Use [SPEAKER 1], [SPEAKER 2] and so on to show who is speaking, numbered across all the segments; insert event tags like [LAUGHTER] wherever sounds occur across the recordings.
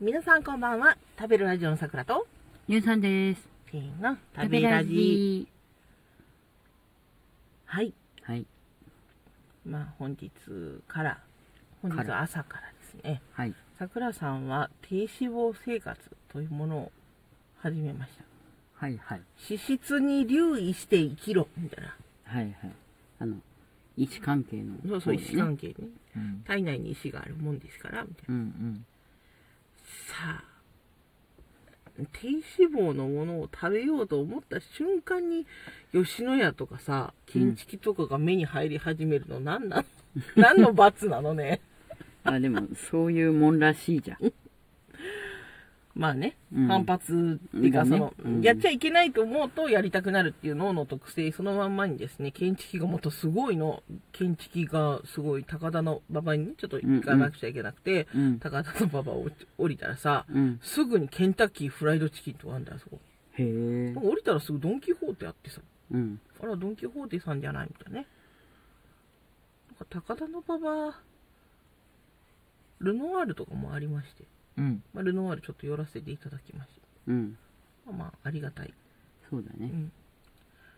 [SPEAKER 1] 皆さんこんばんは食べるラジオのさくらと
[SPEAKER 2] ゆうさんです。
[SPEAKER 1] せーの食べラジはい
[SPEAKER 2] はい。
[SPEAKER 1] まあ本日から本日は朝からですね
[SPEAKER 2] はい。
[SPEAKER 1] さくらさんは低脂肪生活というものを始めました
[SPEAKER 2] はい。はい。
[SPEAKER 1] 脂質に留意して生きろみたいな
[SPEAKER 2] はい。はい。あの、位置関係の、
[SPEAKER 1] そうそう、
[SPEAKER 2] で
[SPEAKER 1] 意
[SPEAKER 2] す
[SPEAKER 1] 思関係ね
[SPEAKER 2] うん。
[SPEAKER 1] 体内に石があるもんですからみたいな
[SPEAKER 2] うん。うん。
[SPEAKER 1] さあ低脂肪のものを食べようと思った瞬間に吉野家とかさ金チキとかが目に入り始めるの何なの、 [LAUGHS] ん、何の罰なのね
[SPEAKER 2] あ、でも、そういうもんらしいじゃん。
[SPEAKER 1] [LAUGHS] まあね、
[SPEAKER 2] うん
[SPEAKER 1] 反発っていうか
[SPEAKER 2] うん
[SPEAKER 1] その、
[SPEAKER 2] うん
[SPEAKER 1] やっちゃいけないと思うとやりたくなるっていう脳の特性そのまんまにですね建築がもっとすごいの建築がすごい高田の馬場にねちょっと行かなくちゃいけなくて、
[SPEAKER 2] うん。
[SPEAKER 1] 高田の馬場を降りたらさ、
[SPEAKER 2] うん。
[SPEAKER 1] すぐにケンタッキーフライドチキンとかあるんだよそこ
[SPEAKER 2] へ
[SPEAKER 1] な
[SPEAKER 2] え
[SPEAKER 1] ん。か降りたらすぐドン・キホーテあってさ、
[SPEAKER 2] うん。
[SPEAKER 1] あら、ドン・キホーテさんじゃないみたいなね。なんか高田の馬場、ルノワールとかもありまして、
[SPEAKER 2] うん。
[SPEAKER 1] まあ、ルノワールちょっと寄らせていただきまし
[SPEAKER 2] うん。
[SPEAKER 1] た。まあ、まあ、ありがたい。
[SPEAKER 2] そうだ
[SPEAKER 1] う
[SPEAKER 2] ね。
[SPEAKER 1] ん。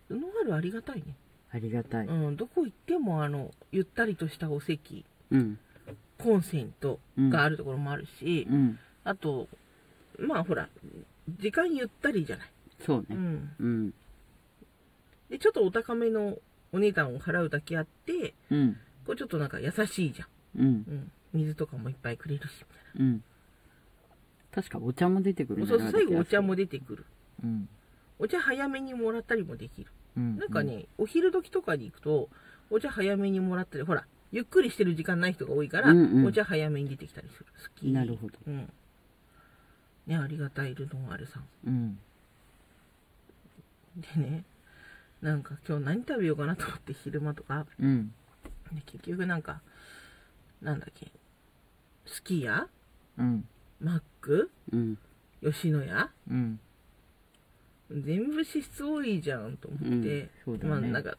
[SPEAKER 1] ルノワールありがたいね。
[SPEAKER 2] ありがたい。
[SPEAKER 1] うん、どこ行っても、あの、ゆったりとしたお席、
[SPEAKER 2] うん。
[SPEAKER 1] コンセントがあるところもあるし、
[SPEAKER 2] うん。
[SPEAKER 1] あと、まあほら、時間ゆったりじゃない。
[SPEAKER 2] そう
[SPEAKER 1] う
[SPEAKER 2] ね。
[SPEAKER 1] ん。
[SPEAKER 2] うん。
[SPEAKER 1] で、ちょっとお高めのお値段を払うだけあって、
[SPEAKER 2] うん。
[SPEAKER 1] これちょっとなんか優しいじゃ
[SPEAKER 2] うん
[SPEAKER 1] ん、。うん、水とかもいっぱいくれるし
[SPEAKER 2] うん。確かお茶も出てくる
[SPEAKER 1] み
[SPEAKER 2] ん
[SPEAKER 1] た
[SPEAKER 2] だ
[SPEAKER 1] いなそう最後お茶も
[SPEAKER 2] 出
[SPEAKER 1] 出てくる
[SPEAKER 2] うん。
[SPEAKER 1] お茶早めにもらったりもできる
[SPEAKER 2] うん。
[SPEAKER 1] なんかね、お昼時とかに行くとお茶早めにもらったりほらゆっくりしてる時間ない人が多いから、
[SPEAKER 2] うんうん
[SPEAKER 1] お茶早めに出てきたりする好き
[SPEAKER 2] なるほど
[SPEAKER 1] うんねありがたいルノワールさん
[SPEAKER 2] うん。
[SPEAKER 1] でねなんか今日何食べようかなと思って昼間とか
[SPEAKER 2] うん。
[SPEAKER 1] で結局なんかなんだっけすき家
[SPEAKER 2] うん。
[SPEAKER 1] マック
[SPEAKER 2] うん。
[SPEAKER 1] 吉野家
[SPEAKER 2] うん。
[SPEAKER 1] 全部脂質多いじゃんと思って、
[SPEAKER 2] うんそうだね
[SPEAKER 1] まあなんか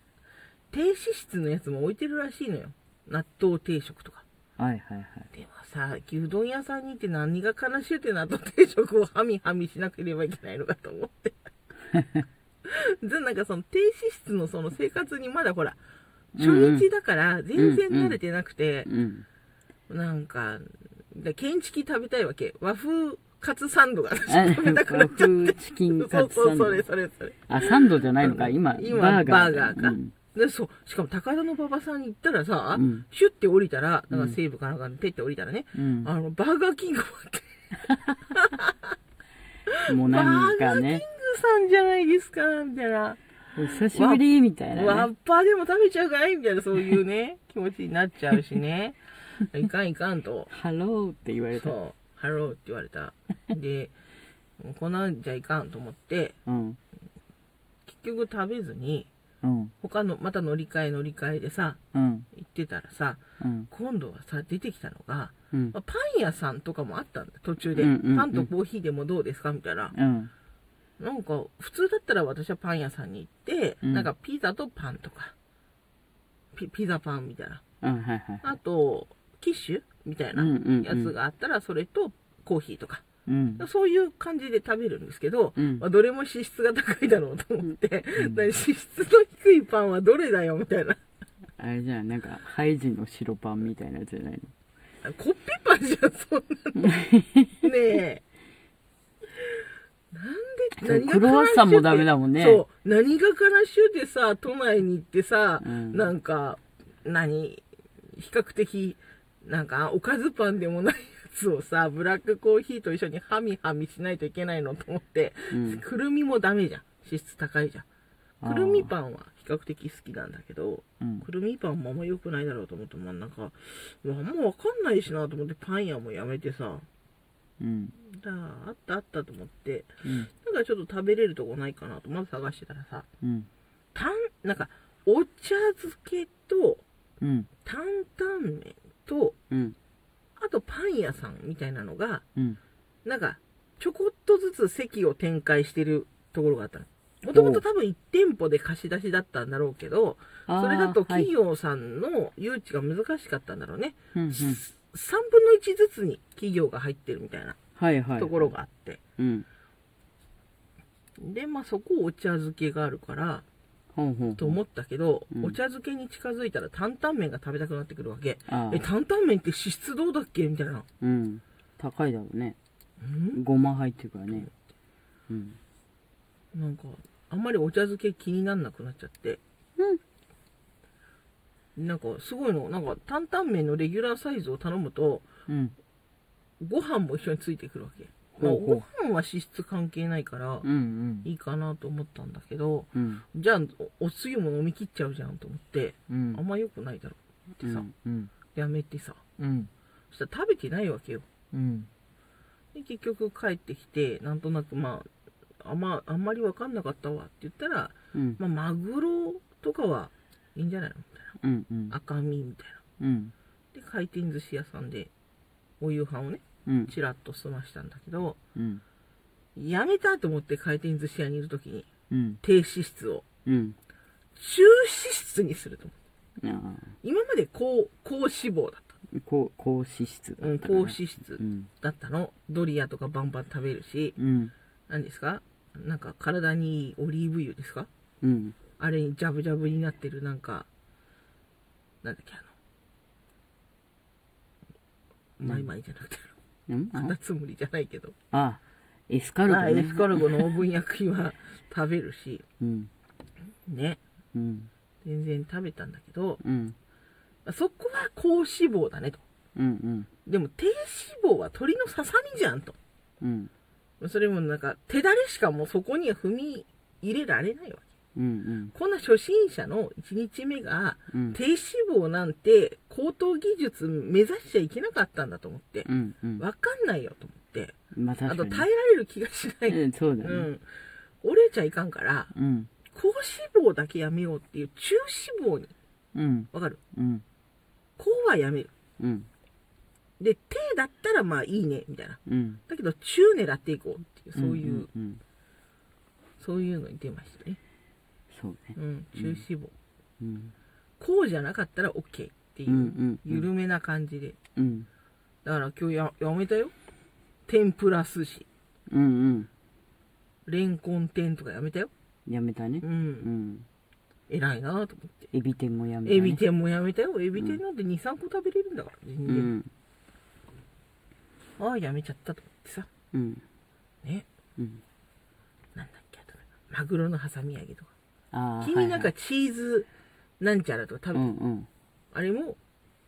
[SPEAKER 1] 低脂質のやつも置いてるらしいのよ納豆定食とか
[SPEAKER 2] はいはいはい。
[SPEAKER 1] でもさ牛丼屋さんに行って何が悲しゅうて納豆定食をはみはみしなければいけないのかと思ってでなんかその低脂質のその生活にまだほら初日だから全然慣れてなくて、
[SPEAKER 2] うん。
[SPEAKER 1] なんかで建築食べたいわけ和風カツサンドが私
[SPEAKER 2] あ
[SPEAKER 1] 食べたくな
[SPEAKER 2] 和
[SPEAKER 1] っちゃって
[SPEAKER 2] 風チキン
[SPEAKER 1] そ
[SPEAKER 2] カ
[SPEAKER 1] う
[SPEAKER 2] ツ
[SPEAKER 1] そ
[SPEAKER 2] サ
[SPEAKER 1] う
[SPEAKER 2] ン
[SPEAKER 1] そ
[SPEAKER 2] ド。
[SPEAKER 1] れそれそれ
[SPEAKER 2] あ、サンドじゃないのか、今、
[SPEAKER 1] 今
[SPEAKER 2] バーガー。
[SPEAKER 1] バーガーか
[SPEAKER 2] うん
[SPEAKER 1] でそうしかも高田の馬場さんに行ったらさ、
[SPEAKER 2] うん
[SPEAKER 1] シュッて降りたらだか
[SPEAKER 2] う
[SPEAKER 1] ら
[SPEAKER 2] ん
[SPEAKER 1] 西武かなんかにペッて降りたらね、
[SPEAKER 2] うん
[SPEAKER 1] あのバーガーキングもあって
[SPEAKER 2] もう
[SPEAKER 1] バ
[SPEAKER 2] なん
[SPEAKER 1] ーガー
[SPEAKER 2] か
[SPEAKER 1] キング
[SPEAKER 2] ね、
[SPEAKER 1] さんじゃないですかみたいな、
[SPEAKER 2] お久しぶりみたい
[SPEAKER 1] ワ
[SPEAKER 2] な
[SPEAKER 1] ッ
[SPEAKER 2] ね。
[SPEAKER 1] パーでも食べちゃうかいみたいなそういうね [LAUGHS] 気持ちになっちゃうしね [LAUGHS] いかんいかんと
[SPEAKER 2] ハローって言われた。
[SPEAKER 1] そうハローって言われたでもうこんなんじゃいかんと思って
[SPEAKER 2] うん。
[SPEAKER 1] 結局食べずに
[SPEAKER 2] うん。
[SPEAKER 1] 他のまた乗り換え乗り換えでさ
[SPEAKER 2] うん。
[SPEAKER 1] 行ってたらさ
[SPEAKER 2] うん。
[SPEAKER 1] 今度はさ出てきたのが
[SPEAKER 2] うん。
[SPEAKER 1] まあパン屋さんとかもあったんだ途中で、
[SPEAKER 2] うんうんうん
[SPEAKER 1] パンとコーヒーでもどうですかみたいな、
[SPEAKER 2] うん。
[SPEAKER 1] なんか普通だったら私はパン屋さんに行って、
[SPEAKER 2] うん
[SPEAKER 1] なんかピザとパンとかピピザパンみたいな
[SPEAKER 2] うん。はいはい。
[SPEAKER 1] あとキッシュみたい
[SPEAKER 2] うん
[SPEAKER 1] な
[SPEAKER 2] うんうん
[SPEAKER 1] やつがあったらそれとコーヒーとか、
[SPEAKER 2] うん。
[SPEAKER 1] そういう感じで食べるんですけど、
[SPEAKER 2] うん
[SPEAKER 1] まあ、どれも脂質が高いだろうと思って、 [LAUGHS]
[SPEAKER 2] ん
[SPEAKER 1] 脂質の低いパンはどれだよみたいな
[SPEAKER 2] あれじゃん、なんか、ハイジの白パンみたいなやつじゃない
[SPEAKER 1] コッペパンじゃんそんなのねえなんで
[SPEAKER 2] の。クロワッサンもダメだ
[SPEAKER 1] も
[SPEAKER 2] もんね。
[SPEAKER 1] そう何がからしゅでさ都内に行ってさ、
[SPEAKER 2] うん
[SPEAKER 1] なんか何比較的なんかおかずパンでもないやつをさブラックコーヒーと一緒にハミハミしないといけないのと思って、
[SPEAKER 2] うん
[SPEAKER 1] くるみもダメじゃん脂質高いじゃん
[SPEAKER 2] あー
[SPEAKER 1] くるみパンは比較的好きなんだけど
[SPEAKER 2] うん
[SPEAKER 1] くるみパンもあんま良くないだろうと思ってもなんかうわあんま分かんないしなと思ってパン屋もやめてさ
[SPEAKER 2] うん。
[SPEAKER 1] だああったあったと思って
[SPEAKER 2] うん。
[SPEAKER 1] だからちょっと食べれるとこないかなとまず探してたらさ
[SPEAKER 2] うん。
[SPEAKER 1] たんなんかお茶漬けと
[SPEAKER 2] うん。
[SPEAKER 1] 担々麺と
[SPEAKER 2] うん。
[SPEAKER 1] あとパン屋さんみたいなのが
[SPEAKER 2] うん。
[SPEAKER 1] なんかちょこっとずつ席を展開してるところがあったのもともと多分1店舗で貸し出しだったんだろうけど
[SPEAKER 2] あー
[SPEAKER 1] それだと
[SPEAKER 2] はい
[SPEAKER 1] 企業さんの誘致が難しかったんだろうね、
[SPEAKER 2] うんうん
[SPEAKER 1] 3分の1ずつに企業が入ってるみたいな
[SPEAKER 2] はいはい。
[SPEAKER 1] ところがあって。
[SPEAKER 2] うん。
[SPEAKER 1] で、まあそこお茶漬けがあるから、
[SPEAKER 2] ほうほう。
[SPEAKER 1] と思ったけど、
[SPEAKER 2] うん
[SPEAKER 1] お茶漬けに近づいたら担々麺が食べたくなってくるわけ。
[SPEAKER 2] ああ
[SPEAKER 1] え、担々麺って脂質どうだっけみたいな。
[SPEAKER 2] うん。高いだろうね。
[SPEAKER 1] ん
[SPEAKER 2] ごま入ってるからね。うん。
[SPEAKER 1] なんか、あんまりお茶漬け気になんなくなっちゃって。
[SPEAKER 2] うん。
[SPEAKER 1] なんか、すごいの。なんか、担々麺のレギュラーサイズを頼むと、
[SPEAKER 2] うん。
[SPEAKER 1] ご飯も一緒についてくるわけ。まあ
[SPEAKER 2] ほうほう
[SPEAKER 1] ご飯は脂質関係ないから
[SPEAKER 2] う、ん
[SPEAKER 1] いいかなと思ったんだけど、
[SPEAKER 2] うん。うん。
[SPEAKER 1] じゃあ、おおつゆも飲み切っちゃうじゃんと思って、
[SPEAKER 2] うん。
[SPEAKER 1] あんま良くないだろうってさ、
[SPEAKER 2] うん。
[SPEAKER 1] やめてさ。
[SPEAKER 2] うん。
[SPEAKER 1] そしたら食べてないわけよ。
[SPEAKER 2] うん。
[SPEAKER 1] で結局帰ってきてなんとなくまああんまあんまり分かんなかったわって言ったら、
[SPEAKER 2] うん。
[SPEAKER 1] まあ、マグロとかはいいんじゃないのみたい
[SPEAKER 2] うん。うん
[SPEAKER 1] な。赤身みたい
[SPEAKER 2] うん。
[SPEAKER 1] なで回転寿司屋さんでお夕飯をね
[SPEAKER 2] うん。
[SPEAKER 1] ちらっと済ましたんだけど
[SPEAKER 2] うん。
[SPEAKER 1] やめたと思って回転寿司屋にいる時に
[SPEAKER 2] うん。
[SPEAKER 1] 低脂質を
[SPEAKER 2] うん。
[SPEAKER 1] 中脂質にすると思う
[SPEAKER 2] あ
[SPEAKER 1] 今まで高高脂肪だっ
[SPEAKER 2] あ。高、高脂質
[SPEAKER 1] た、
[SPEAKER 2] だ
[SPEAKER 1] う
[SPEAKER 2] っ
[SPEAKER 1] ん、高
[SPEAKER 2] たかな。
[SPEAKER 1] 脂質
[SPEAKER 2] うん。
[SPEAKER 1] だったのドリアとかバンバン食べるし
[SPEAKER 2] うん。
[SPEAKER 1] 何ですかなんか体にいいオリーブ油ですか
[SPEAKER 2] うん。
[SPEAKER 1] あれにジャブジャブになってるなんかなんだっけあのマイマイじゃなくて
[SPEAKER 2] うん
[SPEAKER 1] カタツムリじゃないけど、
[SPEAKER 2] あ、エスカルゴ
[SPEAKER 1] あ
[SPEAKER 2] ね。
[SPEAKER 1] エスカルゴのオーブン焼きは食べるし
[SPEAKER 2] うん。
[SPEAKER 1] ね
[SPEAKER 2] うん。
[SPEAKER 1] 全然食べたんだけど
[SPEAKER 2] うん。
[SPEAKER 1] そこは高脂肪だねと
[SPEAKER 2] うん。
[SPEAKER 1] でも低脂肪は鳥のささみじゃんと
[SPEAKER 2] うん。うん。
[SPEAKER 1] それもなんか手だれしかもうそこには踏み入れられないわ
[SPEAKER 2] うん。
[SPEAKER 1] けこんな初心者の1日目が
[SPEAKER 2] うん。
[SPEAKER 1] 低脂肪なんて高等技術目指しちゃいけなかったんだと思って
[SPEAKER 2] うん。うん。
[SPEAKER 1] わかんないよと思って
[SPEAKER 2] ま
[SPEAKER 1] あ
[SPEAKER 2] あ確か
[SPEAKER 1] と
[SPEAKER 2] に。
[SPEAKER 1] 耐えられる気がしない、
[SPEAKER 2] うんそうだ
[SPEAKER 1] う
[SPEAKER 2] ね。
[SPEAKER 1] ん、折れちゃいかんから
[SPEAKER 2] うん。
[SPEAKER 1] 高脂肪だけやめようっていう中脂肪に
[SPEAKER 2] うん。
[SPEAKER 1] わかる
[SPEAKER 2] うん。
[SPEAKER 1] 高はやめる
[SPEAKER 2] うん。
[SPEAKER 1] で低だったらまあいいねみたいな
[SPEAKER 2] うん。
[SPEAKER 1] だけど中狙っていこうっていうそういう、
[SPEAKER 2] ん。うん。
[SPEAKER 1] そういうのに出ましたね、
[SPEAKER 2] そうね
[SPEAKER 1] う。ん、中脂肪、
[SPEAKER 2] うん。
[SPEAKER 1] こうじゃなかったら OK って
[SPEAKER 2] うん。う。
[SPEAKER 1] いうん緩めな感じで
[SPEAKER 2] うん。
[SPEAKER 1] だから今日ややめたよ天ぷら寿司
[SPEAKER 2] うん。
[SPEAKER 1] レンコン天とかやめたよ。
[SPEAKER 2] うん。やめたね
[SPEAKER 1] う。。
[SPEAKER 2] うんん。
[SPEAKER 1] 偉いなと思って。
[SPEAKER 2] エビ天もやめたね。
[SPEAKER 1] エビ天もやめたよ。エビ天なんて2、3個食べれるんだから、全
[SPEAKER 2] う
[SPEAKER 1] 然。
[SPEAKER 2] ん。
[SPEAKER 1] ああ、やめちゃったと思ってさ。
[SPEAKER 2] うん。
[SPEAKER 1] ね。
[SPEAKER 2] うん。
[SPEAKER 1] なんだっけ、あとマグロの挟み揚げとか。
[SPEAKER 2] ああ。
[SPEAKER 1] 君なん
[SPEAKER 2] は
[SPEAKER 1] か
[SPEAKER 2] い
[SPEAKER 1] チーズなんちゃらとか食べ
[SPEAKER 2] は
[SPEAKER 1] た
[SPEAKER 2] いうん。うん。
[SPEAKER 1] あれも、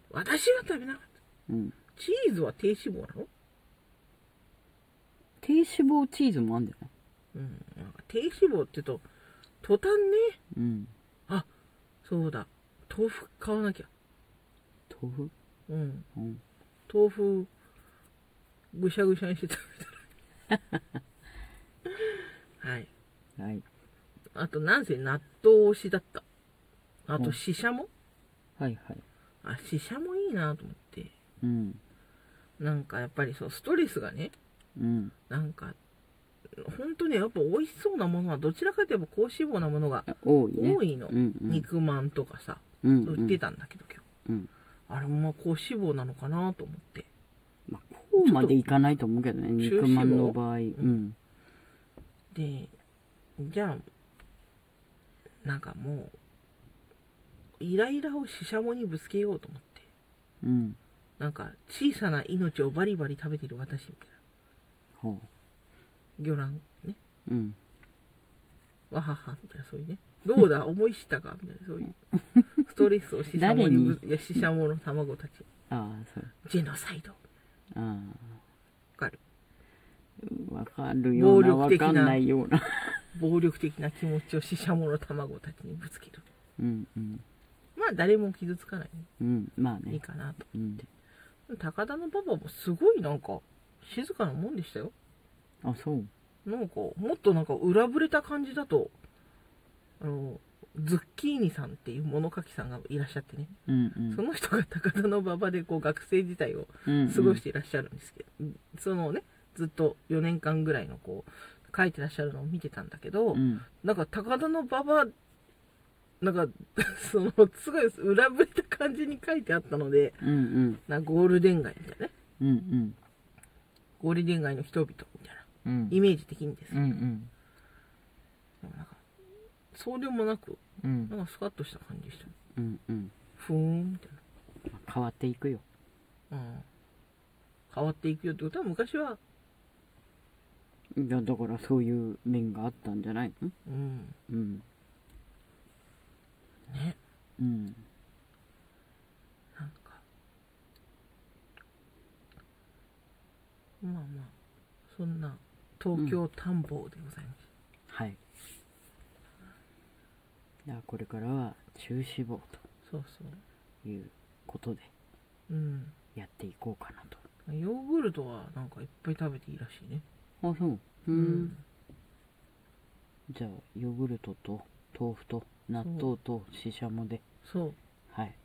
[SPEAKER 1] 私は食べなかっ
[SPEAKER 2] うん。
[SPEAKER 1] た。チーズは低脂肪なの
[SPEAKER 2] 低脂肪チーズもあんだよね。
[SPEAKER 1] うん。なんか低脂肪って言うと、途端ね、
[SPEAKER 2] うん。
[SPEAKER 1] あ、そうだ。豆腐買わなきゃ。
[SPEAKER 2] 豆腐
[SPEAKER 1] うん。
[SPEAKER 2] うん。
[SPEAKER 1] 豆腐、ぐしゃぐしゃにして食
[SPEAKER 2] [LAUGHS]
[SPEAKER 1] べたら。はい。
[SPEAKER 2] はい。
[SPEAKER 1] あと、なんせ納豆推しだった。あと、ししゃも、
[SPEAKER 2] はいはい。
[SPEAKER 1] あ、ししゃもいいなと思って。
[SPEAKER 2] うん。
[SPEAKER 1] なんか、やっぱりそう、ストレスがね、
[SPEAKER 2] うん。
[SPEAKER 1] なんか、本当ね、やっぱ美味しそうなものは、どちらかといえば高脂肪なものが
[SPEAKER 2] 多いね。
[SPEAKER 1] 多いの。
[SPEAKER 2] うんうん
[SPEAKER 1] 肉まんとかさ、
[SPEAKER 2] うんうん
[SPEAKER 1] 売ってたんだけど、今日。
[SPEAKER 2] うん。
[SPEAKER 1] あれもまあ高脂肪なのかなと思って。
[SPEAKER 2] まあ、こうまでいかないと思うけどね、
[SPEAKER 1] ちょっと
[SPEAKER 2] 肉まんの場合。うん。
[SPEAKER 1] で、じゃあ、なんかもう、イライラをししゃもにぶつけようと思って。
[SPEAKER 2] うん。
[SPEAKER 1] なんか、小さな命をバリバリ食べてる私みたいな。
[SPEAKER 2] ほ
[SPEAKER 1] 魚卵ね。
[SPEAKER 2] う。うん。
[SPEAKER 1] わはは、みたいな、そういうね。どうだ、思いしたかみたいな、そういう。ストレスをししゃもにぶいや、ししゃもの卵たち。
[SPEAKER 2] ああ、そう。
[SPEAKER 1] ジェノサイド。わ
[SPEAKER 2] あ
[SPEAKER 1] かる。
[SPEAKER 2] あ。わかるような、
[SPEAKER 1] 暴
[SPEAKER 2] わ
[SPEAKER 1] 力的な
[SPEAKER 2] かんないような。
[SPEAKER 1] 暴力的な気持ちをししゃもの卵たちにぶつける。
[SPEAKER 2] うんうん。
[SPEAKER 1] まあ、誰も傷つかない。
[SPEAKER 2] うん。まあ
[SPEAKER 1] いい
[SPEAKER 2] ね。
[SPEAKER 1] かなと。
[SPEAKER 2] うん。
[SPEAKER 1] 高田のパパもすごいなんか、静かなもんでしたよ。
[SPEAKER 2] あ、そう。
[SPEAKER 1] なんか、もっとなんか裏ぶれた感じだと、あの、ズッキーニさんっていう物書きさんがいらっしゃってね。
[SPEAKER 2] うん
[SPEAKER 1] その人が高田馬場でこう学生時代を
[SPEAKER 2] うん。
[SPEAKER 1] 過ごしていらっしゃるんですけど、そのねずっと4年間ぐらいのこう書いてらっしゃるのを見てたんだけど、
[SPEAKER 2] うん。
[SPEAKER 1] なんか高田馬場なんか [LAUGHS] そのすごい裏ぶれた感じに書いてあったので
[SPEAKER 2] うんうん。
[SPEAKER 1] なゴールデン街みたいなね
[SPEAKER 2] うんうん。
[SPEAKER 1] ゴールデン街の人々みたいな
[SPEAKER 2] うん
[SPEAKER 1] イメージ的にです、
[SPEAKER 2] うんうん
[SPEAKER 1] でもなんかそうでもなく
[SPEAKER 2] うん
[SPEAKER 1] なんかスカッとした感じでした
[SPEAKER 2] うんうん
[SPEAKER 1] ふーんみたい
[SPEAKER 2] まあ変わっていくよ
[SPEAKER 1] な、うん、変わっていくよってことは昔は、
[SPEAKER 2] いやだからそういう面があったんじゃないの
[SPEAKER 1] うん、
[SPEAKER 2] うん
[SPEAKER 1] ね
[SPEAKER 2] うん
[SPEAKER 1] なんかまあまあそんな東京探訪でございます、
[SPEAKER 2] はいじゃあこれからは中志望
[SPEAKER 1] そうそ
[SPEAKER 2] ということで
[SPEAKER 1] ううん
[SPEAKER 2] やっていこうかなと
[SPEAKER 1] ヨーグルトはなんかいっぱい食べていいらしいね
[SPEAKER 2] あそうう、
[SPEAKER 1] うん
[SPEAKER 2] じゃあヨーグルトと豆腐と納豆とししゃもで
[SPEAKER 1] そう
[SPEAKER 2] はい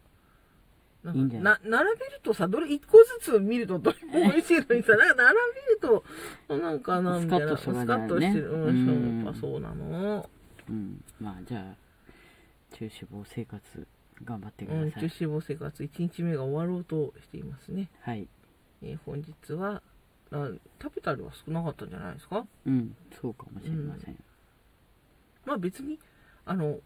[SPEAKER 1] なん
[SPEAKER 2] いいんじ
[SPEAKER 1] か
[SPEAKER 2] ゃな
[SPEAKER 1] な並べるとさどれ1個ずつ見るとどれも美味しいのに
[SPEAKER 2] [LAUGHS]
[SPEAKER 1] さなんか並べるとなんかなみたいな
[SPEAKER 2] スカッとした
[SPEAKER 1] スカッとしてる、う
[SPEAKER 2] うん
[SPEAKER 1] ん、そうやっぱそうなの
[SPEAKER 2] うんまあじゃあ中脂肪生活頑張ってく
[SPEAKER 1] う
[SPEAKER 2] だ
[SPEAKER 1] ん
[SPEAKER 2] さ
[SPEAKER 1] 中
[SPEAKER 2] い、
[SPEAKER 1] 脂肪生活1日目が終わろうとしていますね、
[SPEAKER 2] はい
[SPEAKER 1] えー本日はあ食べたりは少なかったんじゃないですか
[SPEAKER 2] うんそうかもしれません、
[SPEAKER 1] まあ別にあの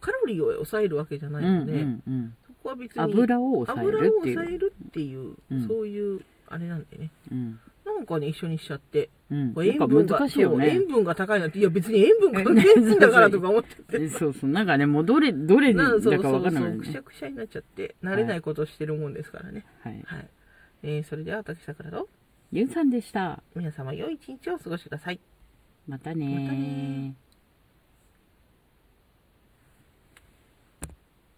[SPEAKER 1] カロリーを抑えるわけじゃないので、
[SPEAKER 2] うんうんうん
[SPEAKER 1] そこは別に
[SPEAKER 2] 油を抑え
[SPEAKER 1] 油
[SPEAKER 2] る
[SPEAKER 1] を
[SPEAKER 2] っていう
[SPEAKER 1] 抑えるっていう、
[SPEAKER 2] うん
[SPEAKER 1] そういうあれなんでね
[SPEAKER 2] うん
[SPEAKER 1] なんかね一緒にしちゃって
[SPEAKER 2] うん、
[SPEAKER 1] こ
[SPEAKER 2] な
[SPEAKER 1] れ
[SPEAKER 2] んか
[SPEAKER 1] が
[SPEAKER 2] 難しいよ
[SPEAKER 1] そう
[SPEAKER 2] ね
[SPEAKER 1] 塩分が高いなっていや別に塩分関係ないんだからとか思ってて
[SPEAKER 2] [LAUGHS] えそうそうなんかねもうどれどれにだ
[SPEAKER 1] な
[SPEAKER 2] か
[SPEAKER 1] ん [LAUGHS] そうそうそ
[SPEAKER 2] 分かんないよ
[SPEAKER 1] うくし
[SPEAKER 2] ね
[SPEAKER 1] ゃくしゃになっちゃって慣れないことをしてるもんですからね
[SPEAKER 2] はい
[SPEAKER 1] はい、えーそれでは私さくらと
[SPEAKER 2] ゆうさんでした
[SPEAKER 1] 皆様良い一日をお過ごしください
[SPEAKER 2] またねー
[SPEAKER 1] またね